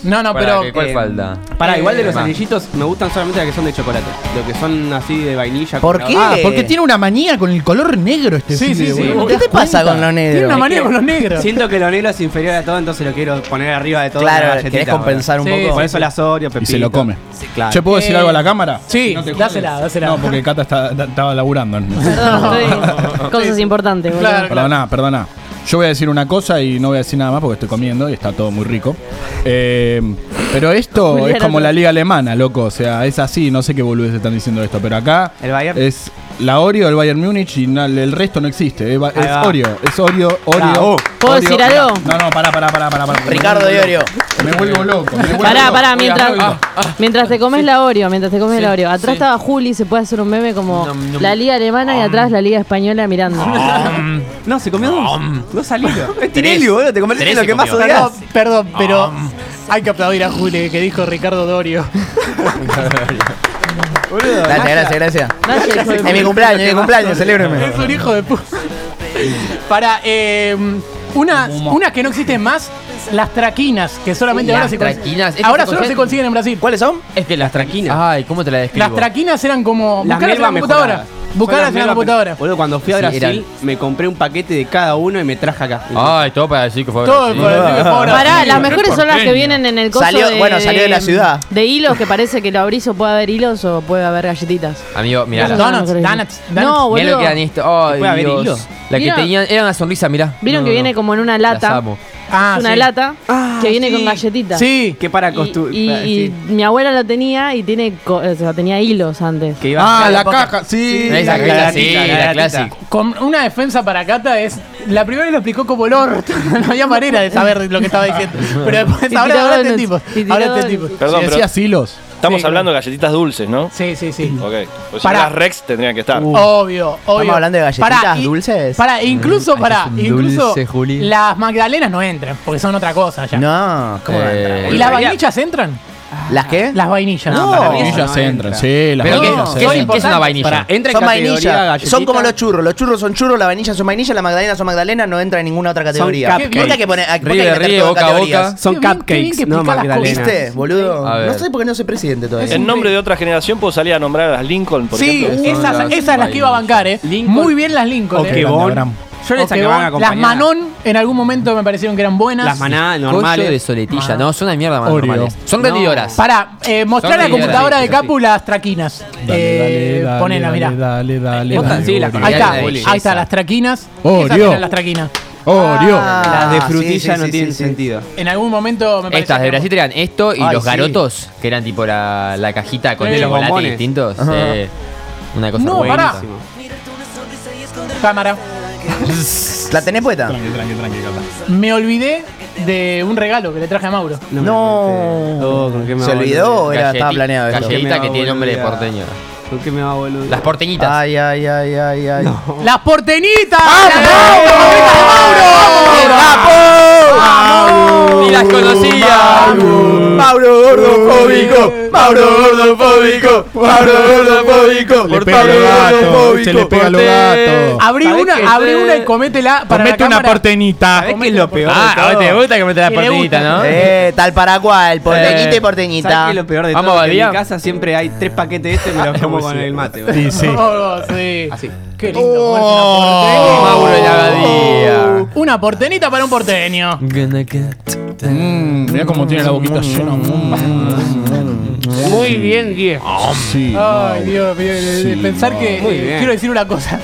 Speaker 2: No, no,
Speaker 4: Pará,
Speaker 2: pero.
Speaker 4: que- ¿Cuál
Speaker 2: eh,
Speaker 4: falta?
Speaker 5: Pará, igual de los
Speaker 4: Ah.
Speaker 5: anillitos me gustan solamente las que son de chocolate. Los que son así de vainilla.
Speaker 3: ¿Por
Speaker 5: con-
Speaker 3: qué?
Speaker 5: Ah,
Speaker 7: Ah, porque tiene una manía con el color negro este
Speaker 2: Sí, sí,
Speaker 7: pibe,
Speaker 2: sí.
Speaker 7: boludo.
Speaker 3: Eh. ¿Qué te pasa
Speaker 7: cuenta?
Speaker 3: con lo negro?
Speaker 2: Tiene una manía con los negros.
Speaker 5: Siento que lo negro es inferior a todo, entonces lo quiero poner arriba de todo. en la
Speaker 3: Claro,
Speaker 5: galletita,
Speaker 3: querés compensar un
Speaker 2: Sí,
Speaker 3: poco.
Speaker 5: boludo. Por eso las Oreo,
Speaker 7: Y
Speaker 5: pepito.
Speaker 7: se lo come.
Speaker 5: Sí, claro.
Speaker 7: Che, ¿puedo decir
Speaker 2: Eh,
Speaker 7: algo a la cámara?
Speaker 2: Sí,
Speaker 7: No te
Speaker 2: dásela, dásela.
Speaker 7: No, porque Cata está- está- estaba laburando.
Speaker 6: Perdón, estoy- Cosas importantes, boludo.
Speaker 2: Claro.
Speaker 7: Perdoná, perdoná. Yo voy a decir una cosa y no voy a decir nada más porque estoy comiendo y está todo muy rico. Eh, pero esto
Speaker 6: Julián,
Speaker 7: es como
Speaker 6: otra
Speaker 7: la
Speaker 6: vez.
Speaker 7: liga alemana, loco. O sea, es así. No sé qué boludeces están diciendo esto, pero acá
Speaker 5: ¿El Bayern?
Speaker 7: es la Oreo, el Bayern Múnich y na- el resto no existe. Es, ba-
Speaker 5: Ahí
Speaker 7: es
Speaker 5: va.
Speaker 7: Oreo, es Oreo, Oreo.
Speaker 5: Bravo.
Speaker 6: ¿Puedo
Speaker 7: Oreo.
Speaker 6: decir algo?
Speaker 7: No, no, pará, pará, pará, pará. pará.
Speaker 3: Ricardo
Speaker 7: Me
Speaker 3: de Oreo.
Speaker 7: vuelvo- Me vuelvo loco. me vuelvo
Speaker 6: Pará,
Speaker 7: loco.
Speaker 6: pará,
Speaker 7: Voy a
Speaker 6: mientras,
Speaker 7: Oreo.
Speaker 6: mientras te comes la Oreo, mientras te comes la Oreo. Atrás estaba Juli, se puede hacer un meme como
Speaker 4: Nom, nom.
Speaker 6: la liga alemana y atrás la liga española mirando.
Speaker 5: No, se comió dos. Dos salidos. Es Tinelli,
Speaker 4: Tres.
Speaker 5: boludo. Te comiste
Speaker 4: Tres
Speaker 5: lo
Speaker 4: se
Speaker 5: que más
Speaker 4: comió.
Speaker 5: odias.
Speaker 2: Perdón, perdón, pero hay que aplaudir a Juli que dijo Ricardo Dorio.
Speaker 3: Gracias, gracias, gracias.
Speaker 6: Vaya, hijo de
Speaker 3: Es mi
Speaker 6: puta.
Speaker 3: cumpleaños, es mi cumpleaños, celébreme.
Speaker 2: Es un hijo de puta. Para, eh, unas, unas que no existen más, las traquinas, que solamente
Speaker 4: Sí,
Speaker 2: ahora
Speaker 4: las
Speaker 2: se cons-
Speaker 4: traquinas. este Estas
Speaker 2: Ahora
Speaker 4: se
Speaker 2: solo se
Speaker 4: consiguen-
Speaker 2: consiguen en Brasil.
Speaker 3: ¿Cuáles son?
Speaker 4: Es que las traquinas. Ay, ¿cómo te la describo?
Speaker 2: Las traquinas eran como.
Speaker 5: Las
Speaker 2: Buscarlas en la
Speaker 5: melvas
Speaker 2: computadora.
Speaker 5: mejoradas.
Speaker 2: Buscarlas
Speaker 5: Son
Speaker 2: en la
Speaker 5: las melvas,
Speaker 2: computadora.
Speaker 5: pero- Boludo, cuando fui a
Speaker 4: Sí,
Speaker 5: Brasil, me compré un paquete de cada uno y me traje acá.
Speaker 3: Ah.
Speaker 4: Ay, todo para decir que fue
Speaker 2: Todo
Speaker 4: Brasil.
Speaker 2: por decir
Speaker 5: Ah.
Speaker 2: que fue ahora.
Speaker 6: Pará,
Speaker 2: Sí.
Speaker 6: las mejores son las que vienen en el coso
Speaker 3: Salió-
Speaker 6: de,
Speaker 3: bueno, salió de la ciudad.
Speaker 6: De hilos, que parece que lo abrís o puede haber hilos o puede haber galletitas.
Speaker 4: Amigo, mirá.
Speaker 2: Donuts,
Speaker 4: la-
Speaker 2: donuts, donuts.
Speaker 6: No,
Speaker 4: Mirá lo
Speaker 6: boludo.
Speaker 4: que eran esto. Ay,
Speaker 5: ¿Puede haber
Speaker 4: Dios.
Speaker 5: hilo?
Speaker 4: La que
Speaker 6: Mira.
Speaker 4: tenían. Era una sonrisa, mirá.
Speaker 6: Vieron
Speaker 4: No,
Speaker 6: que
Speaker 4: no,
Speaker 6: viene
Speaker 4: no.
Speaker 6: como en una
Speaker 4: Las
Speaker 6: lata.
Speaker 4: amo.
Speaker 2: Ah,
Speaker 6: Es una
Speaker 2: sí.
Speaker 6: lata
Speaker 5: Ah,
Speaker 6: que viene
Speaker 5: sí. ah,
Speaker 6: con galletitas.
Speaker 2: Sí.
Speaker 5: Que para
Speaker 6: Y,
Speaker 5: construir.
Speaker 6: y- y mi abuela la tenía y tiene, co- o sea, tenía hilos antes.
Speaker 5: Que iba
Speaker 7: Ah, la
Speaker 3: Poca.
Speaker 7: caja, sí.
Speaker 4: Esa
Speaker 5: la
Speaker 4: que era
Speaker 5: gatita,
Speaker 4: así,
Speaker 5: la
Speaker 4: la
Speaker 5: gatita.
Speaker 4: clásica.
Speaker 2: Con una defensa para Cata es. La primera vez lo explicó como el orto. No había manera de saber lo que estaba diciendo. Pero después,
Speaker 6: Y
Speaker 2: ahora,
Speaker 6: tiró
Speaker 2: ahora
Speaker 6: donuts,
Speaker 2: entendimos.
Speaker 6: y tiró
Speaker 2: Ahora este
Speaker 6: donuts.
Speaker 2: entendimos.
Speaker 8: Perdón,
Speaker 7: si
Speaker 8: pero
Speaker 7: decías hilos,
Speaker 8: Estamos
Speaker 2: Sí,
Speaker 8: hablando de galletitas dulces, ¿no?
Speaker 2: Sí, sí, sí.
Speaker 8: Ok. Pues si
Speaker 2: Pará.
Speaker 8: las Rex tendrían
Speaker 4: Uh.
Speaker 8: que estar.
Speaker 2: Obvio, obvio.
Speaker 3: hablando de galletitas
Speaker 2: Pará, y-
Speaker 3: dulces?
Speaker 2: Pará, incluso,
Speaker 4: Mm,
Speaker 2: pará,
Speaker 4: es un
Speaker 2: incluso
Speaker 4: dulce, Juli.
Speaker 2: las magdalenas no entran, porque son otra cosa ya.
Speaker 3: No, ¿cómo va a entrar?
Speaker 4: Eh,
Speaker 2: ¿Y las vainillas entran?
Speaker 3: ¿Las qué?
Speaker 2: Las vainillas.
Speaker 3: No,
Speaker 7: Las
Speaker 3: para mí
Speaker 7: vainillas
Speaker 5: no
Speaker 7: entran,
Speaker 5: entra.
Speaker 7: Oh. sí, las
Speaker 4: Pero
Speaker 3: No,
Speaker 4: ¿qué-
Speaker 7: vainillas
Speaker 4: ¿qué, es-
Speaker 7: entran.
Speaker 4: qué es una vainilla?
Speaker 5: Para, entra en
Speaker 3: son
Speaker 5: categoría
Speaker 3: vainilla.
Speaker 5: galletita.
Speaker 3: Son como los churros. Los churros son churros, la vainilla son vainilla, la magdalena son magdalena, no entra en ninguna otra categoría.
Speaker 5: cupcakes.
Speaker 3: Vos tenés que poner- vos tenés
Speaker 4: Ríe,
Speaker 3: que meter
Speaker 4: ríe,
Speaker 3: todo en
Speaker 4: boca a
Speaker 3: categorías.
Speaker 4: boca.
Speaker 5: Son
Speaker 2: Qué bien- qué bien que
Speaker 5: cupcakes, no
Speaker 2: explica las
Speaker 5: magdalenas.
Speaker 2: cosas.
Speaker 3: ¿Viste, boludo?
Speaker 4: A ver.
Speaker 3: No sé por qué no soy presidente todavía.
Speaker 8: En nombre de otra generación puedo salir a nombrar a las Lincoln, por
Speaker 2: Sí,
Speaker 8: ejemplo.
Speaker 2: esas,
Speaker 4: las
Speaker 2: esas las que iba a bancar, ¿eh?
Speaker 5: Lincoln.
Speaker 2: Muy bien las Lincoln.
Speaker 5: Ok,
Speaker 2: eh.
Speaker 5: vos.
Speaker 7: Grande, grande.
Speaker 5: Yo les
Speaker 2: Ok,
Speaker 5: acababan
Speaker 2: bon.
Speaker 5: acompañadas.
Speaker 2: Las Manon en algún momento me parecieron que eran buenas.
Speaker 5: Las maná
Speaker 4: Collo de
Speaker 5: normales.
Speaker 4: soletilla. No, son una mierda más
Speaker 7: Oreo.
Speaker 4: normales. Son
Speaker 5: No.
Speaker 4: rendidoras.
Speaker 2: Para eh, mostrar
Speaker 4: Son
Speaker 2: la
Speaker 4: de-
Speaker 2: computadora de
Speaker 4: de- de-
Speaker 2: Capu las traquinas. Eh, ponela, mirá.
Speaker 7: Dale, dale, Oh,
Speaker 5: Vos tan- sí, la
Speaker 7: Oreo.
Speaker 5: familia
Speaker 2: Ahí está,
Speaker 4: de
Speaker 2: ahí
Speaker 4: belleza.
Speaker 2: está, las traquinas.
Speaker 7: Oreo.
Speaker 2: Esas eran las traquinas.
Speaker 7: Oreo.
Speaker 5: Las de
Speaker 3: Ah, sí,
Speaker 5: frutilla
Speaker 3: sí,
Speaker 5: no
Speaker 3: sí,
Speaker 5: tienen
Speaker 3: sí, sí.
Speaker 5: sentido.
Speaker 2: En algún momento me parece
Speaker 4: Estas de
Speaker 2: que-
Speaker 4: Brasil eran esto y
Speaker 3: Ay,
Speaker 4: los
Speaker 3: sí.
Speaker 4: garotos, que eran tipo la, la cajita con
Speaker 5: Sí,
Speaker 4: los
Speaker 5: los
Speaker 4: chocolates
Speaker 5: bombones.
Speaker 4: distintos.
Speaker 3: Ajá.
Speaker 4: eh, una cosa
Speaker 2: No,
Speaker 4: buena.
Speaker 2: pará. Cámara.
Speaker 3: ¿La tenés puesta?
Speaker 7: Tranqui, tranqui, tranqui, Cata.
Speaker 2: Me olvidé de un regalo que le traje a Mauro.
Speaker 5: No.
Speaker 3: No.
Speaker 5: Oh, ¿con qué me
Speaker 3: Se
Speaker 5: va a
Speaker 3: olvidó,
Speaker 4: Galleti-
Speaker 3: era, estaba planeado esto.
Speaker 5: Gallet-
Speaker 4: Galletita que tiene nombre de
Speaker 5: Boluda.
Speaker 4: porteño.
Speaker 5: volver? ¿Con qué me va a volver?
Speaker 4: Las porteñitas.
Speaker 3: Ay, ay, ay, ay, ay.
Speaker 2: ¡Las porteñitas!
Speaker 7: Ah,
Speaker 4: Ni las conocía.
Speaker 3: Mauro gordofóbico, Mauro gordofóbico, Mauro gordofóbico,
Speaker 7: Le pega a los gatos, se le pega a los gatos.
Speaker 2: Abrí
Speaker 5: ¿Sabés qué?
Speaker 2: una, abrí una y cométela para
Speaker 7: Comete
Speaker 2: la
Speaker 7: una
Speaker 2: cámara.
Speaker 7: porteñita.
Speaker 5: ¿Sabés qué es lo peor?
Speaker 4: Ah, a
Speaker 5: de
Speaker 4: vos
Speaker 5: todo?
Speaker 4: te gusta que metes la
Speaker 2: Que le
Speaker 4: porteñita,
Speaker 2: gusta.
Speaker 4: ¿no?
Speaker 3: Eh, tal para cual, porteñita
Speaker 4: Eh,
Speaker 3: y porteñita.
Speaker 5: ¿Sabés qué es lo peor de
Speaker 4: Vamos,
Speaker 5: todo? Que
Speaker 4: Badía.
Speaker 5: en mi casa siempre hay tres paquetes de este y me los como con el mate. boludo.
Speaker 7: Sí, sí.
Speaker 2: Oh, sí.
Speaker 5: Así.
Speaker 2: Qué lindo.
Speaker 4: Oh,
Speaker 2: comerse
Speaker 4: Mauro en la
Speaker 2: una,
Speaker 4: abadía.
Speaker 2: porteña. una porteñita para un porteño.
Speaker 7: Mm, mirá cómo tiene la boquita llena. mm.
Speaker 2: Muy bien, Diego.
Speaker 7: Sí.
Speaker 2: Ay, Dios, mío, de- de
Speaker 7: Sí,
Speaker 2: pensar que.
Speaker 5: Muy
Speaker 2: eh,
Speaker 5: bien.
Speaker 2: quiero decir una cosa.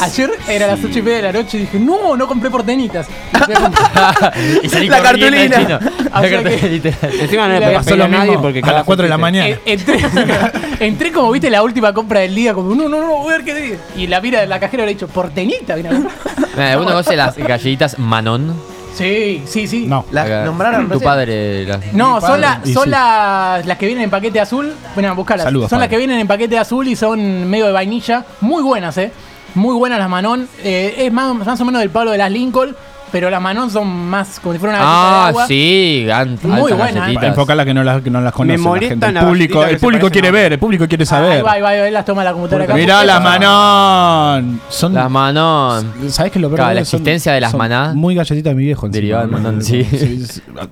Speaker 2: Ayer era las 8 y media de la noche y dije, no, no compré portenitas. Y fui a comprar.
Speaker 4: y salí
Speaker 3: La
Speaker 4: corriendo al chino.
Speaker 3: cartulina.
Speaker 2: O
Speaker 4: La
Speaker 2: sea que-
Speaker 4: cartulina, literal.
Speaker 5: Encima no
Speaker 2: Y
Speaker 5: le
Speaker 2: la-
Speaker 5: podías
Speaker 7: Pasó
Speaker 5: pedir
Speaker 7: lo
Speaker 5: a nadie
Speaker 7: mismo
Speaker 5: porque
Speaker 7: a las 4 de la mañana.
Speaker 2: Eh, entré, entré como viste la última compra del día, como no, no, no, voy a ver qué dice. Y la mira de la cajera le ha dicho, portenita, vine a comprar".
Speaker 4: Mira, ¿Alguno conoce las galletitas Manon?
Speaker 2: Sí, sí, sí.
Speaker 7: No.
Speaker 3: Las
Speaker 4: Acá.
Speaker 3: nombraron
Speaker 4: Tu
Speaker 3: recién.
Speaker 4: padre las-
Speaker 2: No, son, la-
Speaker 7: Y
Speaker 2: son
Speaker 7: sí.
Speaker 2: las, las que vienen en paquete azul. Bueno, buscalas.
Speaker 7: Saludos,
Speaker 2: son las
Speaker 7: padre.
Speaker 2: que vienen en paquete azul y son medio de vainilla. Muy buenas, ¿eh? Muy buenas las Manon. Eh, es más, más o menos del palo de las Lincoln, pero las Manon son más como si fuera una galleta de
Speaker 4: Ah,
Speaker 2: agua.
Speaker 4: sí, gan-
Speaker 2: Muy
Speaker 4: altas
Speaker 2: buena,
Speaker 4: galletitas.
Speaker 7: Para enfocarla que no las, que no las conoce
Speaker 5: Me
Speaker 7: la
Speaker 5: molestan
Speaker 7: gente. El
Speaker 5: las
Speaker 7: público,
Speaker 5: galletitas que
Speaker 7: el
Speaker 5: se
Speaker 7: público
Speaker 5: parecen
Speaker 7: quiere
Speaker 5: a-
Speaker 7: ver, el público quiere
Speaker 2: Ahí
Speaker 7: saber.
Speaker 2: va, ahí va, ahí las toma la computadora. acá.
Speaker 7: Mirá las
Speaker 2: Porque-
Speaker 7: manón. Son,
Speaker 4: Las Manon.
Speaker 7: ¿Sabés qué es lo peor?
Speaker 4: Claro,
Speaker 7: de
Speaker 4: la
Speaker 7: eso? Son-
Speaker 4: existencia de las
Speaker 7: son
Speaker 4: maná.
Speaker 7: Muy galletitas de mi viejo. encima.
Speaker 4: Derivada de manón, sí.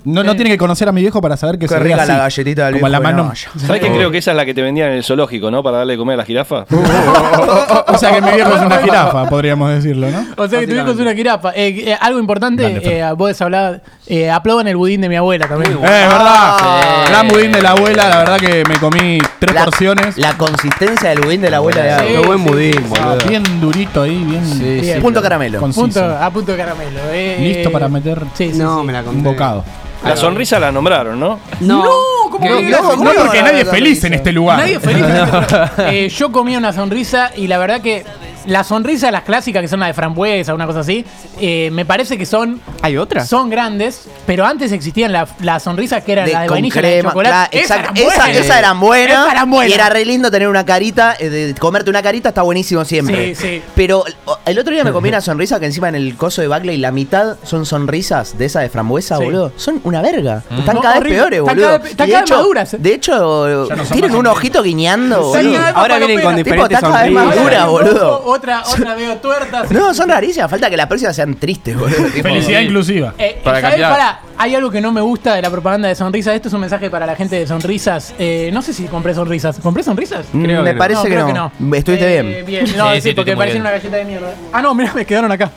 Speaker 7: No, no tiene que conocer a mi viejo para saber que
Speaker 3: Eh, Qué
Speaker 7: se ve
Speaker 3: rica
Speaker 7: así,
Speaker 3: la galletita del
Speaker 7: Como
Speaker 3: viejo
Speaker 7: la
Speaker 3: de
Speaker 7: mano.
Speaker 3: Navaja.
Speaker 8: ¿Sabes que creo que esa es la que te vendían en el zoológico, ¿no? Para darle de comer a la jirafa.
Speaker 7: O sea que mi viejo es una jirafa, podríamos decirlo, ¿no?
Speaker 2: O sea que tuvimos una jirafa. Eh, eh, algo importante,
Speaker 7: Grande, Fer.
Speaker 2: eh, vos hablabas, eh, aplaudan el budín de mi abuela también.
Speaker 7: Eh, es verdad.
Speaker 4: Sí.
Speaker 7: Gran budín de la abuela, la verdad que me comí tres
Speaker 3: La-
Speaker 7: porciones.
Speaker 3: La consistencia del budín de la abuela de
Speaker 2: Sí,
Speaker 3: Gago.
Speaker 5: Qué buen budín,
Speaker 7: Ah,
Speaker 5: boludo.
Speaker 7: bien durito ahí, bien
Speaker 2: Bien.
Speaker 3: Punto caramelo.
Speaker 7: conciso.
Speaker 2: punto, a punto de caramelo. eh,
Speaker 7: Listo
Speaker 2: eh,
Speaker 7: para meter
Speaker 2: Sí, sí,
Speaker 5: No,
Speaker 2: sí.
Speaker 5: me la
Speaker 7: un
Speaker 5: compré.
Speaker 7: bocado.
Speaker 8: La sonrisa la nombraron, ¿no?
Speaker 5: No.
Speaker 2: ¿cómo
Speaker 3: No,
Speaker 2: que
Speaker 3: no,
Speaker 2: no?
Speaker 3: ¿cómo
Speaker 7: No
Speaker 3: que
Speaker 7: porque
Speaker 3: no?
Speaker 7: nadie es feliz en este lugar.
Speaker 2: Nadie es feliz. Eh, yo comía una sonrisa y la verdad que la sonrisa, las clásicas que son las de frambuesa, una cosa así, eh, me parece que son
Speaker 5: ¿Hay otra?
Speaker 2: son grandes, pero antes existían la- las sonrisas que eran
Speaker 3: De-
Speaker 2: las de
Speaker 3: con
Speaker 2: vainilla y
Speaker 3: crema, claro,
Speaker 2: chocolate. Esas
Speaker 3: exacto.
Speaker 2: eran
Speaker 3: Esa,
Speaker 2: buenas.
Speaker 3: esa eran buena.
Speaker 2: Esas eran buenas.
Speaker 3: Y era re lindo tener una carita. eh, de, comerte una carita está buenísimo siempre.
Speaker 2: Sí, sí.
Speaker 3: Pero o, el otro día me comí una sonrisa que encima en el coso de Bagley la mitad son sonrisas de esa de frambuesa,
Speaker 2: Sí.
Speaker 3: boludo. Son una verga.
Speaker 5: Mm.
Speaker 3: Están
Speaker 2: No,
Speaker 3: cada vez
Speaker 2: horrible.
Speaker 3: peores,
Speaker 2: Están
Speaker 3: boludo.
Speaker 2: cada vez- están
Speaker 3: Y de
Speaker 2: cada vez
Speaker 3: hecho-
Speaker 2: maduras, eh.
Speaker 3: De hecho, tienen un ojito guiñando,
Speaker 2: Están
Speaker 3: boludo.
Speaker 2: cada vez
Speaker 5: Ahora
Speaker 2: más
Speaker 5: vienen con
Speaker 2: paloperas.
Speaker 3: Tipo,
Speaker 5: diferentes
Speaker 3: está cada vez más
Speaker 5: sonrisas.
Speaker 3: dura, boludo.
Speaker 2: Otra, otra veo tuertas.
Speaker 3: No, son rarísimas. Falta que la próxima sean tristes, boludo. Tipo,
Speaker 7: Felicidad inclusiva.
Speaker 2: Eh,
Speaker 4: Para
Speaker 2: ¿sabés?
Speaker 4: cambiar.
Speaker 2: Pará, hay algo que no me gusta de la propaganda de sonrisas. Esto es un mensaje para la gente de sonrisas. Eh, no sé si compré sonrisas. ¿Compré sonrisas?
Speaker 3: mm,
Speaker 5: Creo
Speaker 3: me
Speaker 5: que no.
Speaker 3: parece que,
Speaker 2: creo
Speaker 3: no. Estuviste
Speaker 2: Eh,
Speaker 3: bien.
Speaker 2: No,
Speaker 4: Sí,
Speaker 2: sí,
Speaker 4: sí,
Speaker 2: porque
Speaker 4: estuviste muy
Speaker 2: parecen
Speaker 4: bien.
Speaker 2: una galleta de mierda. Ah, no, mirá, me quedaron acá.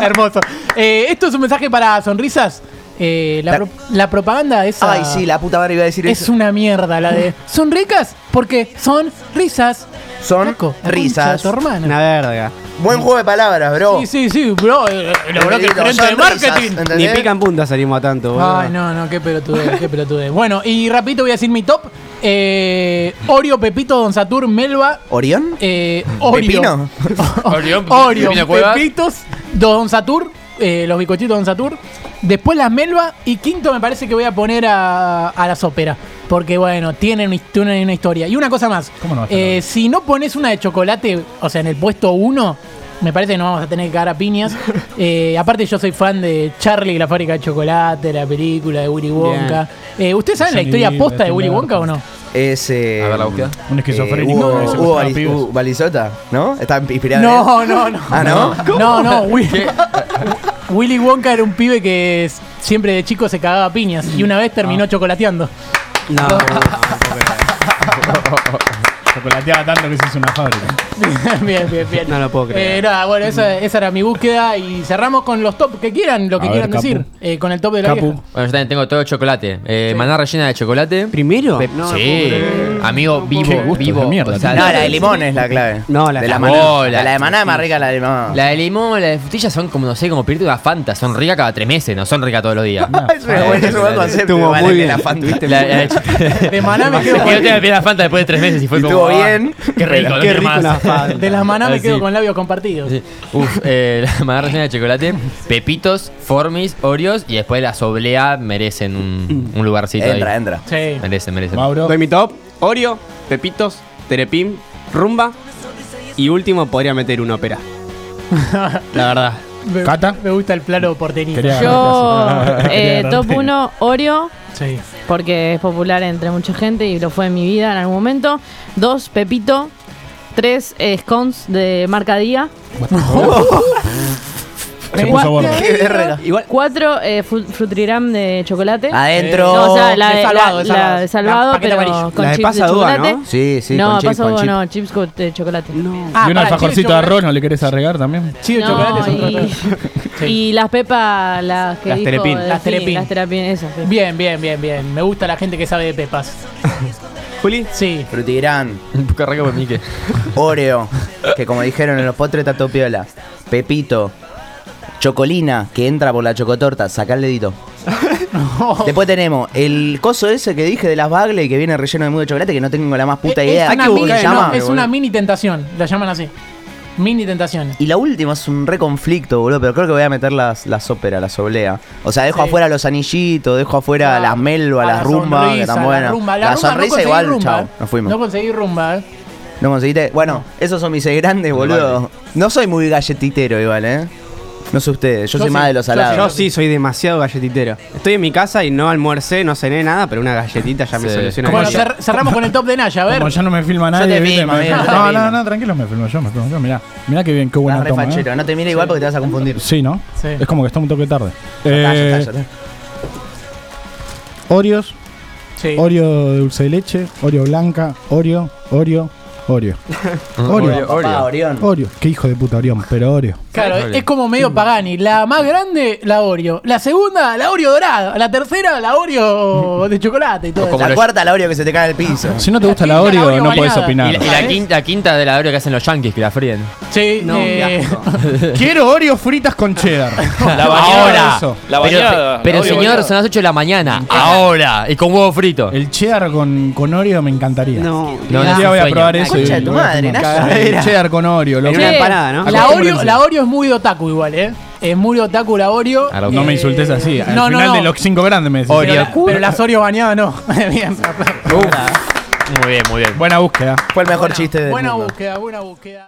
Speaker 2: Hermoso. Eh, esto es un mensaje para sonrisas. Eh, la,
Speaker 3: La-
Speaker 2: pro- la propaganda es.
Speaker 3: Ay, sí, la puta madre iba a decir
Speaker 2: Es
Speaker 3: eso.
Speaker 2: una mierda la de. Son ricas porque son risas.
Speaker 3: Son
Speaker 2: Flaco, la concha de
Speaker 3: risas.
Speaker 2: Tu hermana.
Speaker 5: Una verga.
Speaker 3: Buen juego de palabras, bro.
Speaker 2: Sí, sí, sí, bro. eh, La verdad que el
Speaker 3: Son
Speaker 2: gerente de
Speaker 3: risas,
Speaker 2: marketing.
Speaker 3: ¿entendés?
Speaker 5: Ni pica en punta salimos a tanto, boludo.
Speaker 2: Ay, no, no, qué pelotudez, qué pelotudez. Bueno, y rapidito voy a decir mi top. Eh, Oreo, Pepito, Don Satur, Melba,
Speaker 3: ¿Orión?
Speaker 2: eh, Oreo.
Speaker 3: ¿Pepino?
Speaker 4: Orión,
Speaker 2: Oreo,
Speaker 4: Pepino Cuevas.
Speaker 2: Pepitos, Don Satur, eh, los bicochitos Don Satur, Después las Melva. Y quinto me parece que voy a poner a, a las óperas. Porque bueno, tienen, una his- tienen una historia. Y una cosa más.
Speaker 7: ¿Cómo no va a estar
Speaker 2: Eh,
Speaker 7: ahora?
Speaker 2: si no pones una de chocolate, o sea, en el puesto uno, me parece que no vamos a tener que cagar a piñas. Eh, aparte yo soy fan de Charlie y la fábrica de chocolate, la película de Willy Wonka. Eh, ¿Ustedes saben la
Speaker 7: Johnny
Speaker 2: historia
Speaker 7: Depp,
Speaker 2: posta de
Speaker 7: Tim
Speaker 2: Willy Wonka o no?
Speaker 3: Es. eh,
Speaker 4: A ver la búsqueda.
Speaker 7: Un esquizofrénico
Speaker 3: eh, Hugo,
Speaker 7: que se
Speaker 3: Hugo
Speaker 7: gustaba
Speaker 3: Bali-
Speaker 7: pibes.
Speaker 3: Hugo Balizota, ¿no? Está inspirado en él.
Speaker 2: No, no, no.
Speaker 3: Ah, ¿no?
Speaker 2: No, no, Will- Willy Wonka era un pibe que s- siempre de chico se cagaba a piñas y una vez terminó chocolateando.
Speaker 5: No.
Speaker 7: Chocolateaba tanto que se hizo una fábrica.
Speaker 2: bien, bien, bien.
Speaker 5: No lo puedo creer.
Speaker 2: Eh, nada, bueno, esa, esa era mi búsqueda y cerramos con los top que quieran, lo que
Speaker 7: A ver,
Speaker 2: quieran
Speaker 7: Capu.
Speaker 2: decir. Eh, con el top de la
Speaker 7: Capu.
Speaker 2: vieja.
Speaker 4: Bueno, yo también tengo todo chocolate. Eh, Maná rellena de chocolate.
Speaker 5: ¿Primero?
Speaker 4: Pe-
Speaker 5: No,
Speaker 4: sí, amigo,
Speaker 7: Qué
Speaker 4: vivo,
Speaker 7: gusto de
Speaker 4: vivo.
Speaker 7: mierda,
Speaker 4: o sea,
Speaker 7: tío.
Speaker 3: No, la de limón es la clave.
Speaker 5: No, la
Speaker 3: de
Speaker 5: de
Speaker 3: la
Speaker 5: limón.
Speaker 3: maná.
Speaker 4: Oh,
Speaker 3: la,
Speaker 4: la-
Speaker 3: de maná es más rica la de limón.
Speaker 4: La de limón, la de frutilla son como, no sé, como pirito de la Fanta. Son ricas cada tres meses, no son ricas todos los días.
Speaker 3: es un buen- es un buen concepto.
Speaker 5: Estuvo
Speaker 3: vale,
Speaker 5: muy
Speaker 3: de
Speaker 5: bien.
Speaker 3: La fan, ¿viste?
Speaker 4: La- la-
Speaker 2: De maná me quedo
Speaker 4: Yo te
Speaker 2: con,
Speaker 4: la la Fanta después de tres meses y fue
Speaker 3: Y
Speaker 4: como...
Speaker 3: estuvo
Speaker 4: ah,
Speaker 3: bien.
Speaker 4: Qué rico, no
Speaker 5: Qué
Speaker 4: quiero
Speaker 5: rico
Speaker 4: más.
Speaker 5: una fan.
Speaker 2: de las maná me
Speaker 4: Ah,
Speaker 2: quedo
Speaker 4: sí.
Speaker 2: con labios compartidos.
Speaker 4: Sí. Uf, eh, la maná rellena de chocolate, pepitos, formis, oreos y después la soblea merecen un, un lugarcito
Speaker 3: Entra,
Speaker 4: ahí.
Speaker 3: entra.
Speaker 2: Sí.
Speaker 4: Merecen,
Speaker 3: Eh,
Speaker 4: merecen.
Speaker 7: Mauro.
Speaker 5: Doy mi top. Oreo, Pepitos, Terepim, Rumba. Y último podría meter un ópera. La verdad.
Speaker 2: Me-
Speaker 7: Cata.
Speaker 2: Me gusta el plano porteño.
Speaker 7: Quería-
Speaker 6: Yo,
Speaker 5: Ah,
Speaker 7: Gracias.
Speaker 6: eh,
Speaker 7: Quería
Speaker 6: top
Speaker 7: agarrarte.
Speaker 6: 1, Oreo,
Speaker 2: Sí.
Speaker 6: porque es popular entre mucha gente y lo fue en mi vida en algún momento. 2, Pepito. 3, scones de marca Día.
Speaker 7: Se puso gordo.
Speaker 3: Qué verga.
Speaker 5: Igual.
Speaker 6: 4, Frutriram eh, de chocolate.
Speaker 3: Adentro.
Speaker 6: No, o sea, la
Speaker 2: De
Speaker 6: de
Speaker 2: salvado,
Speaker 6: la-
Speaker 2: de salvado.
Speaker 6: la de salvado,
Speaker 2: La- paquete
Speaker 6: pero
Speaker 2: amarillo.
Speaker 6: con
Speaker 5: La de
Speaker 6: chips
Speaker 5: pasa
Speaker 6: de
Speaker 5: duda,
Speaker 6: chocolate.
Speaker 5: ¿no?
Speaker 3: Sí, sí,
Speaker 6: no,
Speaker 3: con chip,
Speaker 6: pasa
Speaker 3: con
Speaker 6: duda
Speaker 3: chip.
Speaker 6: no, chips con- de chocolate.
Speaker 5: No.
Speaker 2: Ah,
Speaker 7: y un
Speaker 2: pará,
Speaker 7: alfajorcito
Speaker 2: chile
Speaker 7: de
Speaker 2: y chocolate.
Speaker 7: arroz, ¿no le querés arregar también?
Speaker 2: Chido
Speaker 6: No,
Speaker 2: chocolate son
Speaker 6: y,
Speaker 2: tratados. Sí.
Speaker 6: y las pepas, las que
Speaker 5: Las
Speaker 6: dijo
Speaker 5: Terepin.
Speaker 6: Delfín,
Speaker 2: Las Terepin.
Speaker 6: Las terapin, esas. sí.
Speaker 2: Bien, bien, bien, bien. Me gusta la gente que sabe de pepas.
Speaker 5: Juli.
Speaker 2: Sí.
Speaker 3: Frutigran,
Speaker 4: Un poco rico por mí que...
Speaker 3: Oreo, que como dijeron en los potres está todo piola. Pepito, Chocolina, que entra por la chocotorta, saca el dedito. Después tenemos el coso ese que dije de las bagles que viene relleno de mousse de chocolate, que no tengo la más puta
Speaker 2: Eh,
Speaker 3: idea.
Speaker 2: Es, una
Speaker 3: ¿Cómo
Speaker 2: mini,
Speaker 3: se
Speaker 2: no,
Speaker 3: llama?
Speaker 2: es una mini tentación. La llaman así. Mini tentaciones.
Speaker 3: Y la última es un reconflicto, boludo, pero creo que voy a meter las, las óperas, las oblea. O sea, dejo
Speaker 2: Sí.
Speaker 3: afuera los anillitos, dejo afuera
Speaker 2: Ah,
Speaker 3: las melva,
Speaker 2: a
Speaker 3: las
Speaker 2: la
Speaker 3: rumbas, que
Speaker 2: sonrisa,
Speaker 3: tan
Speaker 2: la
Speaker 3: buenas.
Speaker 2: rumba.
Speaker 3: La,
Speaker 2: La rumba, no
Speaker 3: sonrisa
Speaker 2: conseguí
Speaker 3: igual,
Speaker 2: rumba,
Speaker 3: chao,
Speaker 2: eh.
Speaker 3: nos fuimos.
Speaker 2: No conseguí rumba, eh.
Speaker 3: ¿No conseguiste? Bueno, esos son mis seis grandes, boludo. No soy muy galletitero igual, ¿eh? No sé ustedes, yo,
Speaker 2: Yo
Speaker 3: soy
Speaker 2: sí,
Speaker 3: más de los
Speaker 2: yo
Speaker 5: Yo
Speaker 3: salados.
Speaker 5: sí soy demasiado galletitero. Estoy en mi casa y no almorcé, no cené nada, pero una galletita ya me
Speaker 4: Sí.
Speaker 5: soluciona.
Speaker 2: Bueno,
Speaker 5: el día.
Speaker 2: cer- cerramos con el top de Naya, a ver.
Speaker 7: Como ya no me filma nadie,
Speaker 3: te
Speaker 7: ¿viste?
Speaker 3: filmo,
Speaker 7: Me-
Speaker 3: amigo, yo te
Speaker 7: no,
Speaker 3: filmo.
Speaker 7: no, no, tranquilo, me filmo yo, me filmo yo. Mirá, mirá qué bien, qué buena
Speaker 3: Estás re
Speaker 7: toma. ¿eh?
Speaker 3: fachero, no te mires igual porque te vas a confundir.
Speaker 7: Sí, ¿no?
Speaker 2: Sí.
Speaker 7: Es como que está un toque tarde.
Speaker 3: Ya está,
Speaker 7: Eh,
Speaker 3: ya está, ya está.
Speaker 7: Oreos,
Speaker 2: Sí.
Speaker 7: Oreo de dulce de leche, Oreo blanca, Oreo, Oreo, Oreo. Oreo,
Speaker 3: Papá, Orión.
Speaker 7: Oreo. Qué hijo de puta Orión, pero Oreo.
Speaker 2: Claro, es como medio Pagani. La más grande, la Oreo. La segunda, la Oreo dorada. La tercera, la Oreo de chocolate y todo
Speaker 4: O
Speaker 2: eso.
Speaker 4: como
Speaker 3: La
Speaker 4: lo-
Speaker 3: cuarta, la Oreo que se te cae al piso.
Speaker 7: Si no te gusta
Speaker 2: La quinta,
Speaker 7: la Oreo,
Speaker 2: la Oreo
Speaker 7: no podés
Speaker 2: bañada.
Speaker 7: opinar.
Speaker 4: Y la, y la quinta, quinta de la Oreo que hacen los yankees que la fríen.
Speaker 2: Sí,
Speaker 5: No, qué
Speaker 2: eh,
Speaker 5: asco.
Speaker 7: Quiero Oreo fritas con cheddar.
Speaker 4: La
Speaker 7: bañada.
Speaker 4: Ahora.
Speaker 8: La
Speaker 4: pero
Speaker 8: bañada,
Speaker 4: pero
Speaker 8: la Oreo
Speaker 4: señor,
Speaker 8: bañada.
Speaker 4: son las 8 de la mañana. Ahora. Y con huevo frito.
Speaker 7: El cheddar con, con Oreo me encantaría.
Speaker 5: No,
Speaker 4: No,
Speaker 7: Un
Speaker 4: no,
Speaker 7: día
Speaker 4: es
Speaker 7: voy
Speaker 4: un
Speaker 7: a
Speaker 4: sueño.
Speaker 7: probar eso. y
Speaker 3: concha de tu
Speaker 7: voy a
Speaker 3: madre,
Speaker 7: fumar.
Speaker 3: Nacho.
Speaker 7: Cagadera. cheddar con Oreo,
Speaker 5: En
Speaker 7: loco.
Speaker 5: una empanada,
Speaker 7: Ah,
Speaker 5: ¿no?
Speaker 2: La Oreo,
Speaker 7: Acostúmbrense.
Speaker 2: la Oreo es muy de otaku igual, ¿eh? Es muy de otaku la Oreo.
Speaker 4: Ahora,
Speaker 7: No me
Speaker 2: Eh,
Speaker 7: insultes así. Al
Speaker 2: no, no,
Speaker 7: final
Speaker 2: no.
Speaker 7: de los cinco grandes me decís.
Speaker 2: Pero, la- pero las Oreo bañadas no. Bien.
Speaker 4: Muy bien, muy bien.
Speaker 7: Buena búsqueda.
Speaker 3: Fue el mejor chiste del
Speaker 2: Buena
Speaker 3: mundo.
Speaker 2: búsqueda, buena búsqueda.